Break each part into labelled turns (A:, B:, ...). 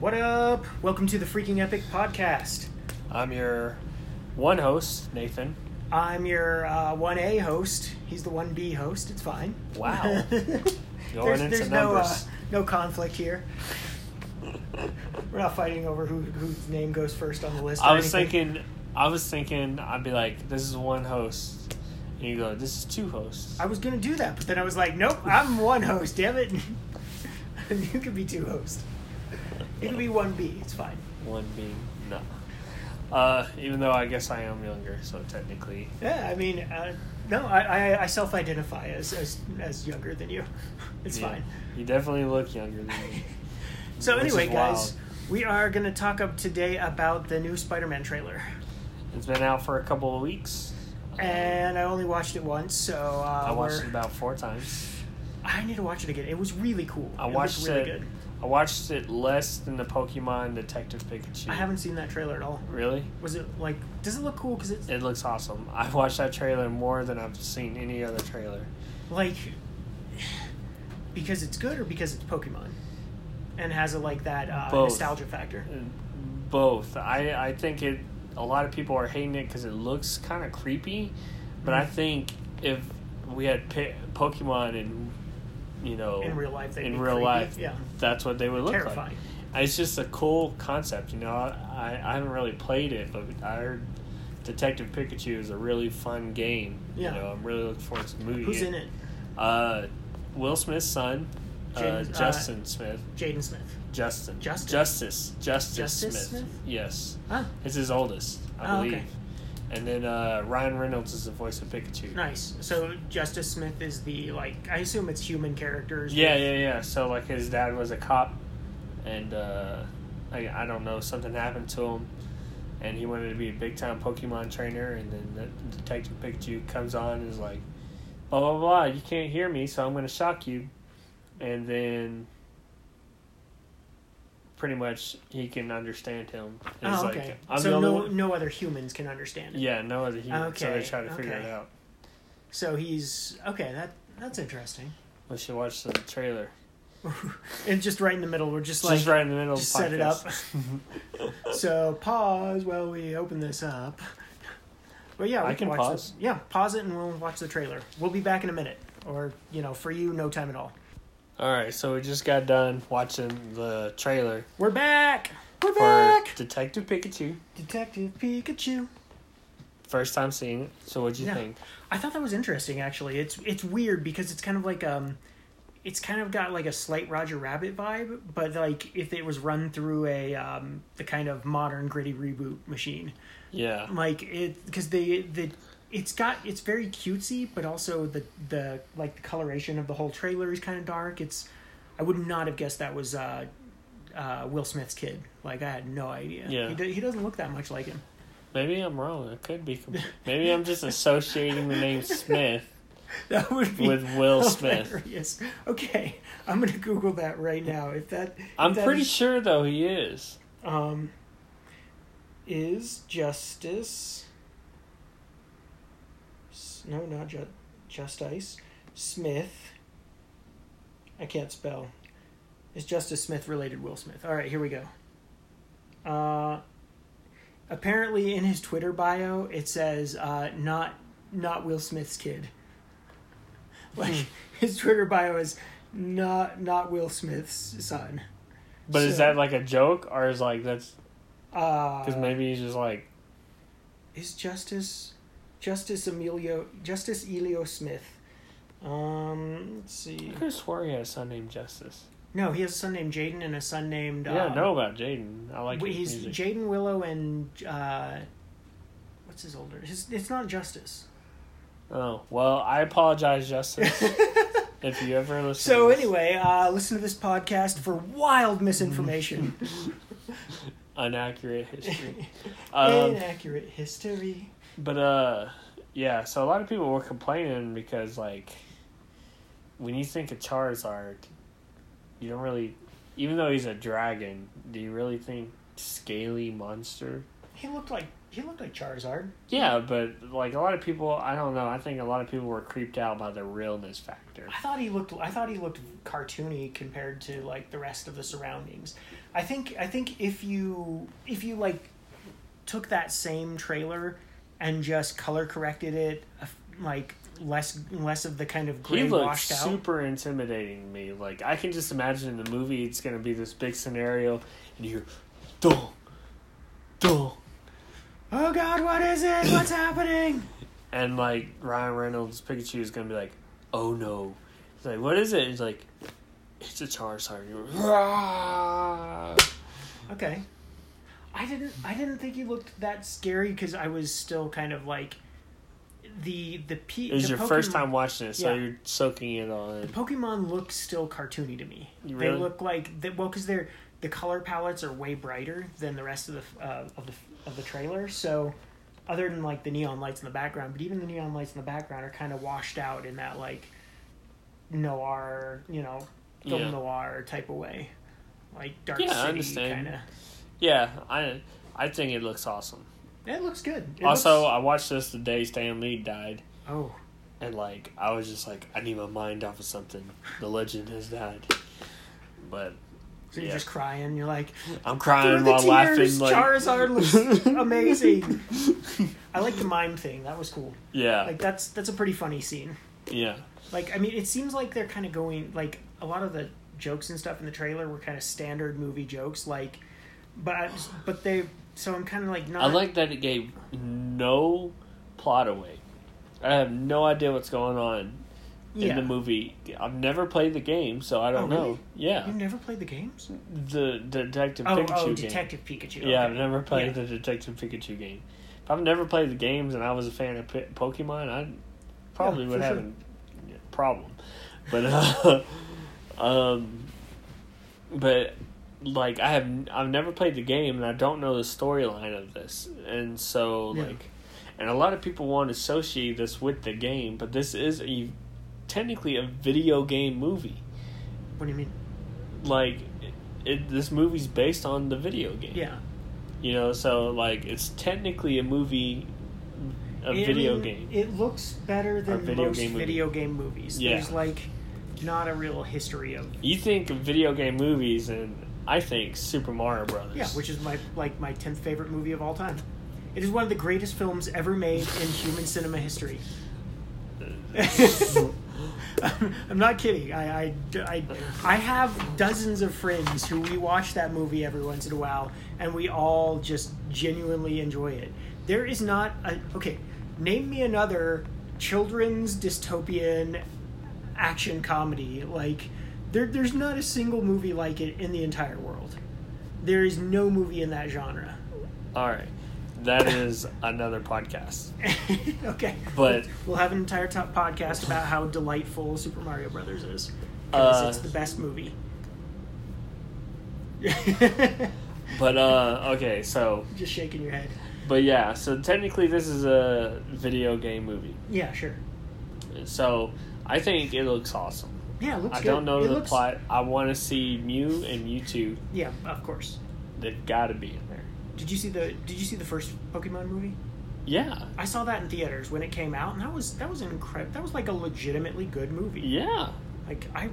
A: What up? Welcome to the Freaking Epic Podcast.
B: I'm your one host, Nathan.
A: I'm your uh, 1A host. He's the 1B host. It's fine.
B: Wow.
A: there's
B: Going into
A: there's no, uh,
B: numbers.
A: no conflict here. We're not fighting over who whose name goes first on the list.
B: I
A: or
B: was
A: anything.
B: thinking, I was thinking, I'd be like, this is one host, and you go, this is two hosts.
A: I was going to do that, but then I was like, nope, I'm one host, damn it. you could be two hosts. You could be 1B. It's fine.
B: One being no. Uh, even though I guess I am younger, so technically,
A: Yeah, I mean, uh, no, I, I, I self identify as, as, as younger than you. It's
B: yeah,
A: fine.
B: You definitely look younger than me.
A: So
B: Which is
A: anyway, guys,
B: wild.
A: we are going to talk up today about the new Spider-Man trailer,
B: It's been out for a couple of weeks.
A: and I only watched it once, so uh,
B: I watched
A: we're-
B: it about four times.
A: I need to watch it again. It was really cool.
B: I
A: it
B: watched
A: looked really
B: it.
A: good.
B: I watched it less than the Pokemon Detective Pikachu.
A: I haven't seen that trailer at all.
B: really.
A: Was it like? Does it look cool? Because it's
B: It looks awesome. I've watched that trailer more than I've seen any other trailer.
A: like because it's good or because it's Pokemon, and has a like that uh,
B: Both.
A: nostalgia factor.
B: Both. I, I think it. A lot of people are hating it because it looks kind of creepy, but
A: Mm.
B: I think if we had P- Pokemon in, you know,
A: In real life, they'd
B: in
A: be
B: real
A: creepy.
B: life,
A: Yeah.
B: that's what they would look
A: Terrifying.
B: like. It's just a cool concept, you know. I, I haven't really played it, but I heard Detective Pikachu is a really fun game.
A: Yeah.
B: You know, I'm really looking forward to the movie.
A: Who's in it?
B: Uh, Will Smith's son,
A: James- uh,
B: uh, Justin Smith.
A: Jaden Smith.
B: Justin.
A: Justin?
B: Justice. Justice,
A: Justice
B: Smith.
A: Smith?
B: Yes.
A: Huh?
B: It's his oldest, I
A: Oh, okay.
B: believe. And then uh, Ryan Reynolds is the voice of Pikachu.
A: Nice. So Justice Smith is the like I assume it's human characters.
B: Yeah, yeah, yeah. So, like, his dad was a cop, and uh, I, I don't know, something happened to him, and he wanted to be a big time Pokemon trainer, and then the Detective Pikachu comes on and is like, blah, blah, blah, you can't hear me, so I'm going to shock you. And then pretty much he can understand him. And he's
A: Oh,
B: like,
A: okay.
B: I'm the
A: so
B: only
A: no,
B: one-
A: no other humans can understand it.
B: Yeah, no other human. So they
A: Okay,
B: try to figure it
A: okay.
B: out.
A: So he's okay. That that's interesting.
B: We should watch the trailer.
A: and just right in the middle, we're just
B: It's
A: like
B: just right in the middle
A: just
B: of the
A: set it up.
B: podcast.
A: so pause while we open this up. But yeah, we
B: I can
A: watch
B: pause.
A: The, yeah, pause it and we'll watch the trailer. We'll be back in a minute, or you know, for you, no time at all.
B: All right, so we just got done watching the trailer
A: We're back. We're
B: for
A: back.
B: Detective Pikachu.
A: Detective Pikachu.
B: First time seeing it. So what'd you
A: Yeah.
B: think?
A: I thought that was interesting. Actually, it's it's weird because it's kind of like um, it's kind of got like a slight Roger Rabbit vibe, but like if it was run through a um, the kind of modern gritty reboot machine,
B: Yeah,
A: like it because they the it's got it's very cutesy, but also the the like the coloration of the whole trailer is kind of dark. It's I would not have guessed that was uh, uh, Will Smith's kid. Like I had no idea.
B: Yeah.
A: he, do, he doesn't look that much like him.
B: maybe I'm wrong. It could be. com- Maybe I'm just associating the name Smith
A: That would be
B: with Will Smith.
A: Hilarious. Okay, I'm gonna Google that right now. If that, if
B: I'm
A: that
B: pretty
A: is-
B: sure though he is.
A: Um, is Justice? S- No, not ju- Justice Smith. I can't spell. Is Justice Smith related Will Smith? All right, here we go. Uh, apparently, in his Twitter bio, it says uh, not not Will Smith's kid. Like his Twitter bio is not not Will Smith's son.
B: But is
A: So-
B: that like a joke or is like that's
A: Uh,
B: because maybe he's just like
A: is Justice Justice Emilio Justice Elio Smith. Um, let's
B: I
A: see.
B: could have swore he had a son named Justice.
A: No, he has a son named Jaden and a son named.
B: Yeah,
A: um,
B: I know about Jaden. I like his
A: he's
B: music.
A: Jaden Willow and uh, what's his older? His, it's not Justice.
B: Oh well, I apologize, Justice, if you ever listen.
A: So
B: to this.
A: anyway, uh, listen to this podcast for wild misinformation,
B: inaccurate history. um,
A: inaccurate history.
B: but uh, yeah. So a lot of people were complaining because like, when you think of Charizard, you don't really, even though he's a dragon, do you really think scaly monster?
A: He looked like He looked like Charizard.
B: Yeah, but like a lot of people, I don't know. I think a lot of people were creeped out by the realness factor.
A: I thought he looked. I thought he looked cartoony compared to like the rest of the surroundings. I think. I think if you if you like took that same trailer and just color corrected it, uh, like less less of the kind of
B: He
A: gray
B: looked
A: washed out.
B: super intimidating to me. Like I can just imagine in the movie, it's gonna be this big scenario, and you, dun, dun,
A: Oh God, what is it? What's happening?
B: and like Ryan Reynolds Pikachu is gonna be like, oh no, he's like, what is it? He's like, it's a Charizard. You're, "Rah."
A: Okay. I didn't. I didn't think he looked that scary because I was still kind of like the the P.
B: It was
A: the
B: your first
A: Pokemon-
B: time watching it, so
A: Yeah.
B: you're soaking it all in.
A: The Pokemon look still cartoony to me.
B: You
A: They
B: really-
A: look like they, well because they're the color palettes are way brighter than the rest of the uh, of the of the trailer. So other than like the neon lights in the background, but even the neon lights in the background are kind of washed out in that like noir, you know, film
B: Yeah.
A: noir type of way, like dark
B: Yeah, I
A: city
B: understand.
A: kind of.
B: Yeah, I I think it looks awesome.
A: It looks good. It
B: also,
A: looks-
B: I watched this the day Stan Lee died,
A: oh.
B: and like I was just like, I need my mind off of something. The legend has died, but
A: So you're
B: Yeah.
A: just crying. You're like,
B: I'm
A: through
B: crying
A: the
B: while
A: tears,
B: laughing. Like
A: Charizard looks amazing. I like the mime thing. That was cool.
B: yeah,
A: Like that's that's a pretty funny scene.
B: yeah,
A: Like I mean, it seems like they're kind of going like a lot of the jokes and stuff in the trailer were kind of standard movie jokes. Like, but I, but they so I'm kind of like not.
B: I like that it gave no plot away. I have no idea what's going on
A: yeah.
B: in the movie. I've never played the game, so I don't
A: Oh,
B: know.
A: really?
B: Yeah,
A: You never played the games?
B: the Detective
A: Oh,
B: Pikachu
A: oh,
B: game.
A: Detective Pikachu.
B: Yeah, I've
A: okay.
B: never played
A: Yeah.
B: the Detective Pikachu game. If I've never played the games and I was a fan of P- Pokemon, I probably
A: Yeah,
B: would
A: for
B: have
A: sure.
B: a problem. But uh, um, but like I have, I've never played the game and I don't know the storyline of this, and so
A: Yeah.
B: like, and a lot of people want to associate this with the game, but this is a technically a video game movie.
A: What do you mean?
B: Like, it, it, this movie's based on the video game.
A: Yeah.
B: You know, so like it's technically a movie, a
A: I
B: video
A: mean,
B: game.
A: It looks better than
B: video
A: most
B: game movie.
A: video game movies.
B: Yeah.
A: There's like not a real history of
B: you think of video game movies, and I think Super Mario Brothers.
A: yeah, which is my like my tenth favorite movie of all time. It is one of the greatest films ever made in human cinema history. I'm I'm not kidding. I, I, I, I have dozens of friends who we watch that movie every once in a while, and we all just genuinely enjoy it. There is not a okay. Name me another children's dystopian action comedy like there. There's not a single movie like it in the entire world. There is no movie in that genre.
B: all right, that is another podcast.
A: okay,
B: But
A: we'll have an entire top podcast about how delightful Super Mario Brothers is. 'Cause
B: uh,
A: it's the best movie.
B: but uh, okay, so
A: Just shaking your head.
B: but yeah, so technically this is a video game movie.
A: Yeah, sure.
B: So I think it looks awesome.
A: Yeah, it looks
B: I
A: good.
B: don't know
A: It
B: the
A: looks-
B: plot. I want to see Mew and Mewtwo.
A: Yeah, of course.
B: They've got to be in there.
A: Did you see the Did you see the first Pokemon movie?
B: Yeah,
A: I saw that in theaters when it came out, and that was that was an incredible. That was like a legitimately good movie.
B: yeah.
A: Like I.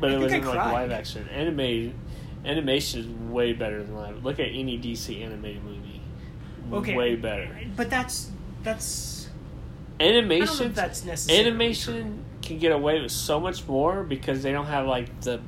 B: But
A: I think I
B: it wasn't like
A: cried.
B: live action. Anime animation is way better than live. Look at any DC animated movie.
A: Okay.
B: Way better.
A: But that's that's. I don't know
B: Animation
A: if that's necessary.
B: animation can get away with so much more because they don't have like the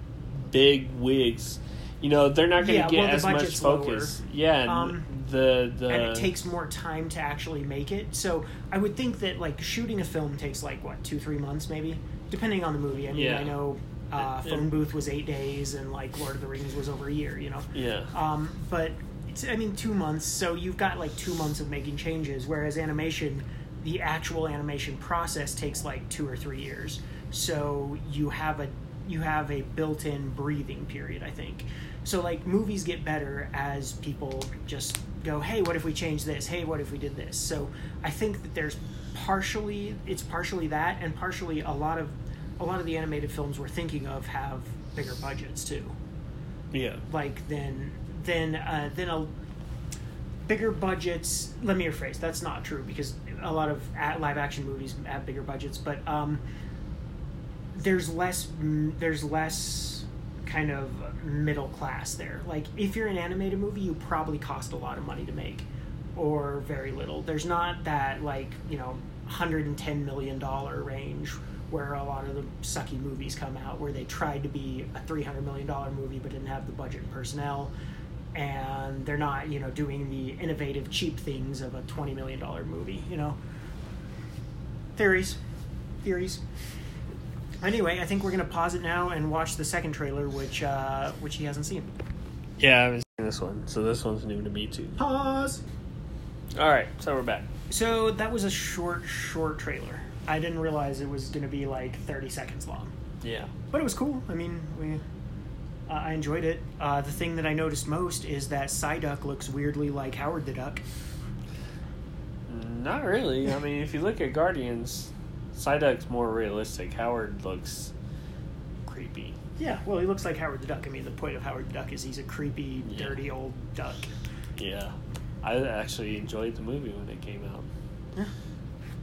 B: big wigs. You know, they're not going to
A: Yeah,
B: get
A: well, the
B: as much
A: budget's lower.
B: focus. Yeah, and
A: Um,
B: the the
A: and it takes more time to actually make it. So I would think that like shooting a film takes like what two three months maybe, depending on the movie. I mean,
B: Yeah.
A: I know uh,
B: It-
A: Phone Booth was eight days, and like Lord of the Rings was over a year. You know,
B: yeah.
A: um, but it's I mean two months. So you've got like two months of making changes, whereas animation, the actual animation process takes like two or three years. So you have a you have a built-in breathing period, I think. So like movies get better as people just go, hey, what if we change this? Hey, what if we did this? So I think that there's partially it's partially that, and partially a lot of a lot of the animated films we're thinking of have bigger budgets too
B: yeah.
A: like than than uh, than a bigger budgets. Let me rephrase. That's not true because a lot of a- live action movies have bigger budgets, but um, there's less mm, there's less kind of middle class there. Like if you're an animated movie, you probably cost a lot of money to make or very little. There's not that like, you know, 110 million dollar range where a lot of the sucky movies come out where they tried to be a 300 million dollar movie but didn't have the budget and personnel and they're not, you know, doing the innovative cheap things of a 20 million dollar movie, you know. Theories. Theories. Anyway, I think we're gonna pause it now and watch the second trailer, which uh, which he hasn't seen.
B: Yeah, I haven't seen this one, so this one's new to me too.
A: Pause.
B: All right, so we're back.
A: So that was a short, short trailer. I didn't realize it was gonna be like thirty seconds long,
B: Yeah.
A: but it was cool. I mean, we uh, I enjoyed it. Uh, the thing that I noticed most is that Psyduck looks weirdly like Howard the Duck.
B: Not really. I mean, if you look at Guardians, Psyduck's more realistic. Howard looks creepy.
A: Yeah, well, he looks like Howard the Duck. I mean, the point of Howard the Duck is he's a creepy,
B: Yeah.
A: dirty old duck.
B: Yeah. I actually enjoyed the movie when it came out.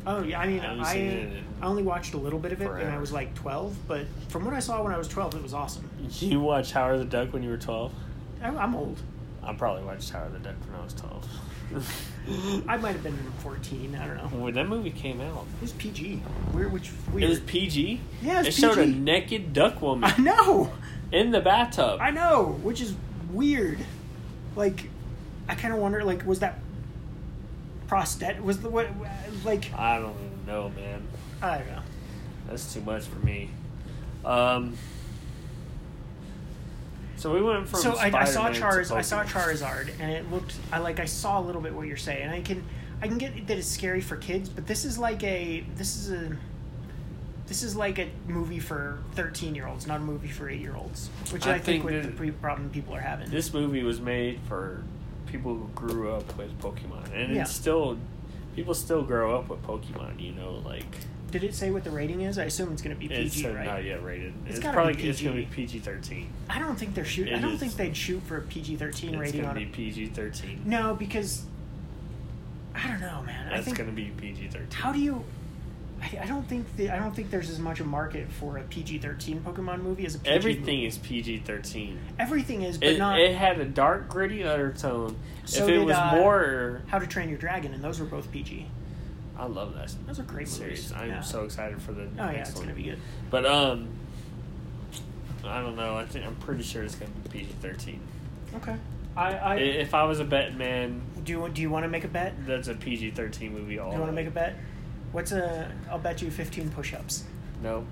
A: Oh yeah, I mean,
B: I
A: I,
B: haven't seen it in
A: I only watched a little bit of it when I
B: forever.
A: was like twelve, but from what I saw when I was twelve, it was awesome.
B: You watched Howard the Duck when you were 12?
A: I, I'm old.
B: I probably watched Howard the Duck when I was 12.
A: I might have been fourteen. I don't know.
B: When that movie came out,
A: It was PG. Weird, which
B: it
A: weird.
B: was PG.
A: Yeah, it was
B: it showed a
A: PG.
B: naked duck woman
A: I know.
B: in the bathtub.
A: I know, which is weird. Like, I kind of wonder. Like, was that prosthetic? Was the what? Like,
B: I don't even know, man.
A: I don't know.
B: That's too much for me. Um, so we went from
A: so I, I saw
B: Spider-Man to
A: Charizard. I saw
B: Pokemon.
A: Charizard, and it looked. I like. I saw a little bit what you're saying. I can. I can get that it's scary for kids, but this is like a. This is a. This is like a movie for 13 year olds, not a movie for 8 year olds, which
B: I
A: I, think,
B: think
A: with the
B: that-
A: pre- problem people are having.
B: This movie was made for people who grew up with Pokemon, and
A: Yeah.
B: it's still people still grow up with Pokemon. You know, like
A: Did it say what the rating is? I assume it's going to be
B: it's
A: PG,
B: uh,
A: right?
B: not yet rated.
A: It's
B: It's,
A: gotta
B: probably
A: be
B: it's gonna be
A: PG.
B: PG thirteen.
A: I don't think they're shooting. I
B: It
A: don't
B: is.
A: think they'd shoot for a PG thirteen
B: It's
A: rating
B: gonna
A: on
B: be
A: it.
B: PG thirteen.
A: No, because I don't know, man. I
B: That's
A: think
B: gonna be PG thirteen.
A: how do you? I, I don't think the, I don't think there's as much a market for a PG thirteen Pokemon movie as a PG
B: Everything
A: movie.
B: is PG thirteen.
A: everything is, but
B: It,
A: not
B: it had a dark, gritty undertone.
A: So
B: if it
A: did,
B: was
A: uh,
B: more,
A: How to Train Your Dragon, and those were both PG.
B: I love that.
A: Those are great
B: series.
A: movies.
B: I'm
A: Yeah.
B: so excited for the.
A: Oh yeah,
B: next
A: it's
B: one.
A: gonna be good.
B: But um, I don't know. I think I'm pretty sure it's gonna be PG thirteen.
A: Okay. I, I
B: If I was a bet man,
A: do. You, do you want to make a bet?
B: that's a PG thirteen movie. All
A: Do you want to
B: the way.
A: make a bet? What's a? I'll bet you fifteen push-ups.
B: No,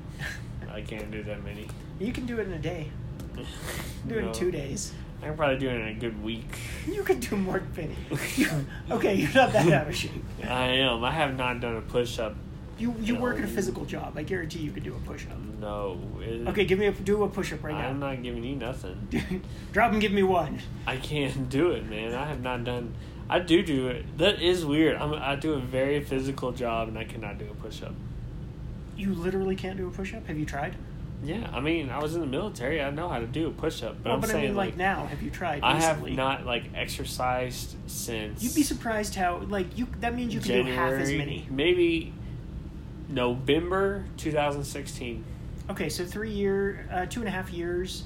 B: I can't do that many.
A: you can do it in a day. Do it
B: No.
A: in two days.
B: I can probably do it in a good week.
A: You could do more than Vinny. okay, you're not that out of shape.
B: I am. I have not done a push up.
A: You you work at a
B: No.
A: physical job. I guarantee you could do a push up.
B: No. It-
A: Okay, give me a do a push up right
B: I'm
A: now.
B: not giving you nothing.
A: Drop and give me one.
B: I can't do it, man. I have not done. I do do it. That is weird. I'm, I do a very physical job, and I cannot do a push up.
A: You literally can't do a push up. Have you tried?
B: Yeah, I mean, I was in the military. I know how to do a push up, but
A: well,
B: I'm
A: Oh, but
B: saying
A: I mean, like,
B: like,
A: now, have you tried?
B: I have
A: recently?
B: not like exercised since.
A: You'd be surprised how like you. That means you can do half as
B: January,
A: many.
B: Maybe November 2016.
A: Okay, so three year, uh, two and a half years.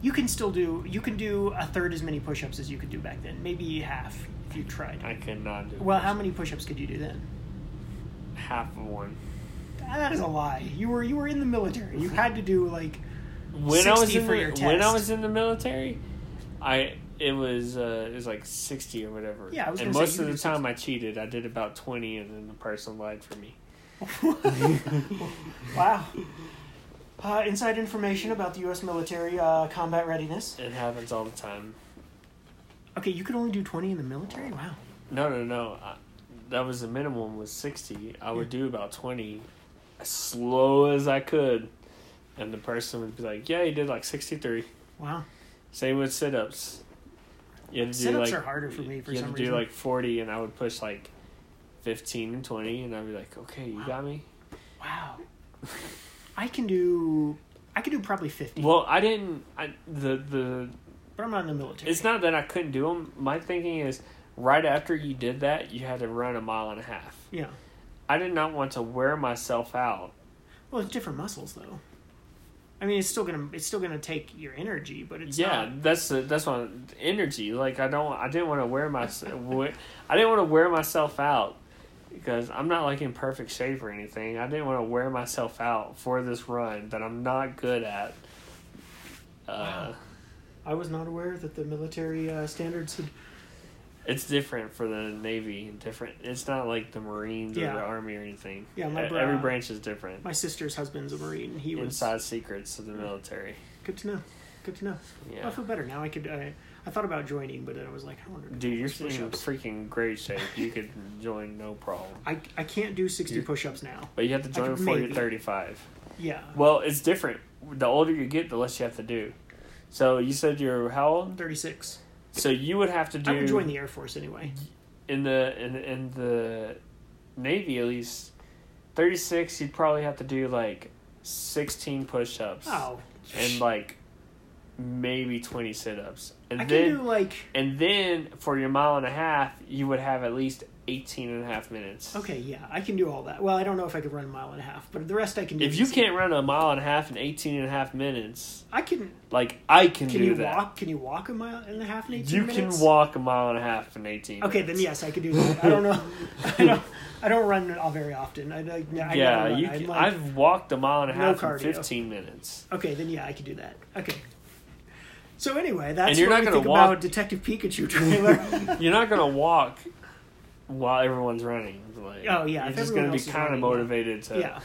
A: You can still do. You can do a third as many push ups as you could do back then. Maybe half if you tried.
B: I could not do. a
A: well, how
B: push-up.
A: many push ups could you do then?
B: Half of one.
A: That is a lie. You were you were in the military. You had to do like
B: When I was
A: 60
B: in
A: for
B: the,
A: your
B: when I
A: test.
B: was in the military, I it was uh, it was like sixty or whatever.
A: Yeah, I was
B: and
A: gonna
B: most
A: say, you
B: of
A: could do
B: the time I cheated. I did about twenty, and then the person lied for me.
A: wow. Uh, inside information about the U.S. military uh, combat readiness.
B: It happens all the time.
A: Okay, you could only do twenty in the military. Wow.
B: No, no, no. I, that was the minimum was sixty. I would do about twenty, as slow as I could, and the person would be like, "Yeah, you did like sixty three.
A: Wow.
B: Same with sit ups. You had to do
A: Sit-ups
B: like
A: are harder for me for
B: you had
A: some
B: to do
A: reason.
B: like forty, and I would push like fifteen and twenty, and I'd be like, "Okay, you got me."
A: Wow. I can do. I could do probably fifty,
B: Well, I didn't. I the the
A: but I'm not in the military.
B: it's not that I couldn't do them. My thinking is right after you did that, you had to run a mile and a half.
A: Yeah.
B: I did not want to wear myself out.
A: Well, it's different muscles though. I mean, it's still gonna it's still gonna take your energy, but it's
B: yeah,
A: not-
B: that's the, that's my energy. Like I don't, I didn't want to wear myself. I didn't want to wear myself out because I'm not like in perfect shape or anything. I didn't want to wear myself out for this run that I'm not good at. Uh,
A: Wow. I was not aware that the military uh, standards had.
B: It's different for the Navy. Different. It's not like the Marines
A: Yeah.
B: or the Army or anything.
A: Yeah, my
B: E-
A: bra-
B: every branch is different.
A: My sister's husband's a marine. He was
B: Inside secrets of the military.
A: good to know. Good to know. I
B: Yeah.
A: feel better now. I could. I, I thought about joining, but then I was like, I wonder.
B: Dude, you're
A: push
B: in freaking great shape. You could join no problem.
A: I I can't do sixty
B: You-
A: push-ups now.
B: But you have to
A: could
B: join before
A: maybe.
B: you're 35.
A: Yeah.
B: Well, it's different. The older you get, the less you have to do. So you said you're how
A: I'm
B: old?
A: 36.
B: So you would have to do
A: I would join the Air Force anyway.
B: in the in, in the Navy at least 36. You'd probably have to do like 16 push-ups
A: Oh.
B: and like maybe 20 sit-ups, and
A: I can
B: then
A: do like
B: and then for your mile and a half, you would have at least 18 and a half minutes.
A: okay, yeah, I can do all that. Well, I don't know if I could run a mile and a half, but the rest I can do.
B: If you
A: easy.
B: can't run a mile and a half in 18 and a half minutes,
A: I can.
B: like I can,
A: Can
B: do
A: you
B: that.
A: walk? Can you walk a mile and a half in 18
B: You
A: minutes?
B: can walk a mile and a half in 18.
A: Okay, then
B: minutes.
A: yes, I could do that. I don't know. I don't. I don't run all very often. I, I, I never
B: yeah,
A: run.
B: you
A: I'm
B: can,
A: like-
B: I've walked a mile and a
A: No
B: half in
A: cardio.
B: 15 minutes.
A: Okay, then yeah, I could do that. Okay. So anyway, that's
B: And you're
A: what
B: not
A: we
B: gonna
A: think
B: walk-
A: about Detective Pikachu trailer.
B: You're not going to walk while everyone's running. Like,
A: Oh, yeah,
B: You're
A: if
B: just
A: everyone
B: going to
A: else
B: be
A: is
B: kind of
A: running, yeah.
B: motivated to.
A: yeah.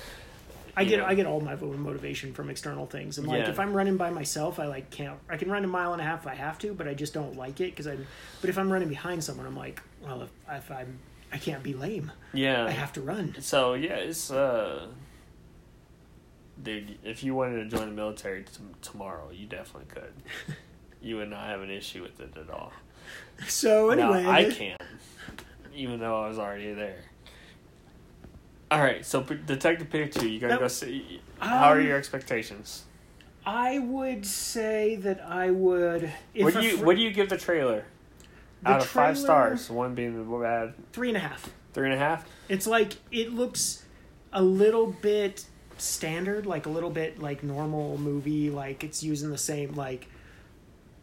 A: I
B: you
A: get
B: know.
A: I get all my motivation from external things, and like
B: Yeah.
A: if I'm running by myself, I like can't. I can run a mile and a half if I have to, but I just don't like it because I. But if I'm running behind someone, I'm like, well, if, if I'm, I can't be lame.
B: Yeah.
A: I have to run.
B: So, yeah, it's. uh Dude, if you wanted to join the military t- tomorrow, you definitely could. you would not have an issue with it at all.
A: So anyway,
B: no, I can't, even though I was already there. All right, so P- Detective Pikachu, you gotta
A: That-
B: go see. How are
A: um,
B: your expectations?
A: I would say that I would. If
B: What
A: a
B: do you
A: fr-
B: What do you give the trailer?
A: the
B: Out of five
A: trailer-
B: stars, one being the bad,
A: Three and a half.
B: three and a half.
A: It's like it looks a little bit standard, like a little bit like normal movie, like it's using the same like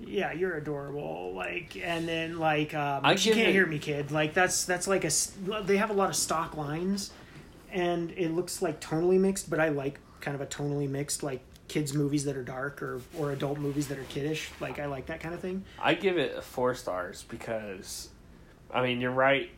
A: yeah, you're adorable, like and then like um
B: I
A: she
B: give
A: can't
B: it-
A: hear me kid. Like that's that's like a s- they have a lot of stock lines and it looks like tonally mixed, but I like kind of a tonally mixed like kids movies that are dark or or adult movies that are kiddish. Like I like that kind of thing.
B: I give it a four stars because, I mean, you're right.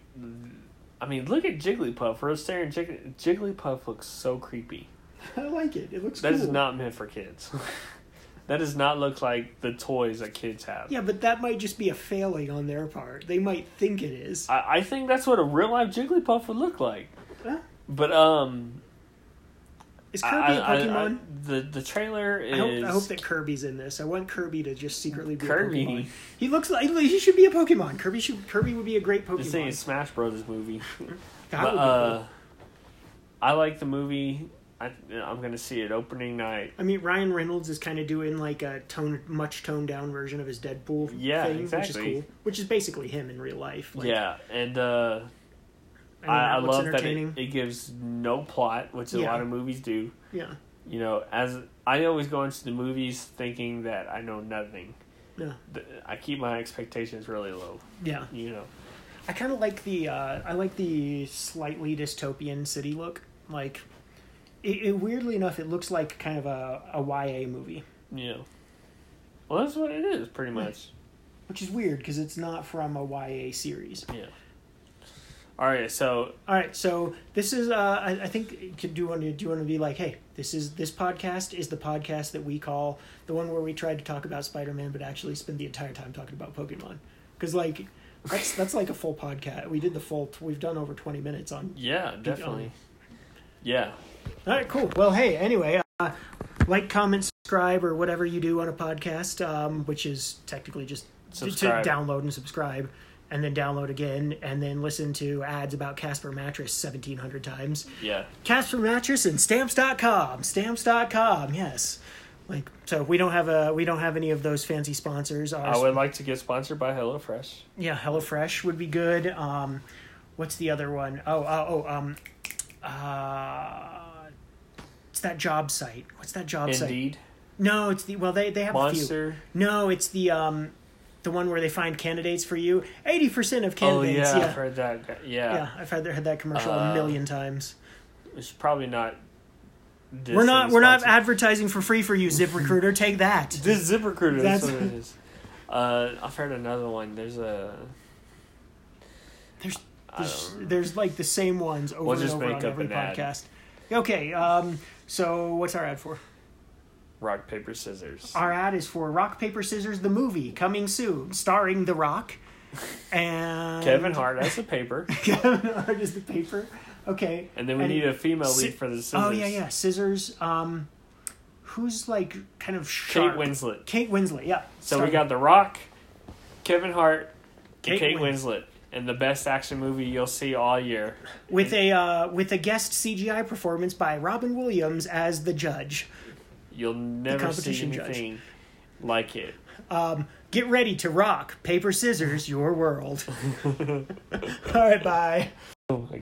B: I mean, look at Jigglypuff. We're staring. Jig- Jigglypuff looks so creepy.
A: I like it. It looks
B: That
A: cool.
B: is not meant for kids. that does not look like the toys that kids have.
A: Yeah, but that might just be a failing on their part. They might think it is.
B: I, I think that's what a real life Jigglypuff would look like.
A: Huh?
B: But um,
A: Is
B: I,
A: Kirby a
B: I- I-
A: Pokemon?
B: I- the the trailer
A: I,
B: is
A: hope, I hope that Kirby's in this. I want Kirby to just secretly be
B: Kirby.
A: a Pokemon. He looks like he should be a Pokemon. Kirby should Kirby would be a great
B: this thing is
A: Pokemon.
B: Smash Brothers movie.
A: That
B: But,
A: would be
B: uh,
A: cool.
B: I like the movie. I I'm gonna see it opening night.
A: I mean, Ryan Reynolds is kind of doing like a tone, much toned down version of his Deadpool
B: Yeah,
A: thing, which
B: exactly.
A: is cool. Which is basically him in real life. Like,
B: yeah, and uh,
A: I,
B: I,
A: mean,
B: I,
A: that looks
B: love that
A: entertaining.
B: it, it gives no plot, which a
A: Yeah.
B: lot of movies do.
A: yeah,
B: You know, as I always go into the movies thinking that I know nothing.
A: Yeah.
B: Th- I keep my expectations really low.
A: yeah.
B: You know.
A: I kind of like the uh, I like the slightly dystopian city look. Like, it, it weirdly enough, it looks like kind of a, a YA movie.
B: Yeah. Well, that's what it is, pretty
A: Yeah.
B: much.
A: which is weird because it's not from a YA series.
B: Yeah. All right, so
A: All right, so this is uh, I, I think could do you want to do you want to be like, hey, this is this podcast is the podcast that we call the one where we tried to talk about Spider Man, but actually spend the entire time talking about Pokemon because like that's that's like a full podcast. We did the full. We've done over twenty minutes on.
B: yeah, definitely. Yeah.
A: All right, cool. Well, hey, anyway. Uh, like, comment, subscribe, or whatever you do on a podcast, um, which is technically just to-
B: Subscribe.
A: to download and subscribe and then download again and then listen to ads about Casper mattress 1700 times
B: Yeah.
A: Casper mattress and stamps.com stamps.com yes Like so, we don't have a we don't have any of those fancy sponsors. Ours,
B: I would like to get sponsored by HelloFresh.
A: yeah, HelloFresh would be good. Um, what's the other one? Oh, oh, oh, um, uh, it's that job site. What's that job site?
B: Indeed,
A: No, it's the well they they have a few.
B: Monster.
A: No, it's the um, the one where they find candidates for you. Eighty percent of
B: Oh
A: candidates.
B: yeah, I've
A: yeah,
B: heard that. Yeah.
A: yeah. I've had had that commercial
B: Uh,
A: a million times.
B: we should probably not. diss
A: We're not
B: any
A: we're not
B: sponsors.
A: advertising for free for you, ZipRecruiter. Take that.
B: This is ZipRecruiter. That's,
A: That's-
B: what it is. Uh, I've heard another one. There's a.
A: There's
B: I
A: there's,
B: don't-
A: there's like the same ones over
B: We'll
A: and
B: just
A: over
B: make
A: on
B: up
A: every
B: an ad.
A: podcast. Okay, um, so what's our ad for?
B: rock paper scissors.
A: Our ad is for Rock Paper Scissors the movie coming soon, starring The Rock and
B: Kevin Hart as the paper,
A: Kevin Hart is the paper. Okay,
B: and then we need a female
A: Si-
B: lead for the scissors.
A: Oh yeah, yeah, scissors. Um, who's like kind of
B: Kate
A: sharp?
B: Winslet.
A: Kate Winslet. Yeah.
B: So
A: Sorry.
B: we got The Rock, Kevin Hart,
A: Kate
B: Kate, Kate
A: Wins-
B: Winslet, and the best action movie you'll see all year.
A: with a uh, with a guest CGI performance by Robin Williams as the judge.
B: You'll never see
A: competition judge.
B: anything like it.
A: Get ready to rock paper scissors your world. All right, bye.
B: Oh my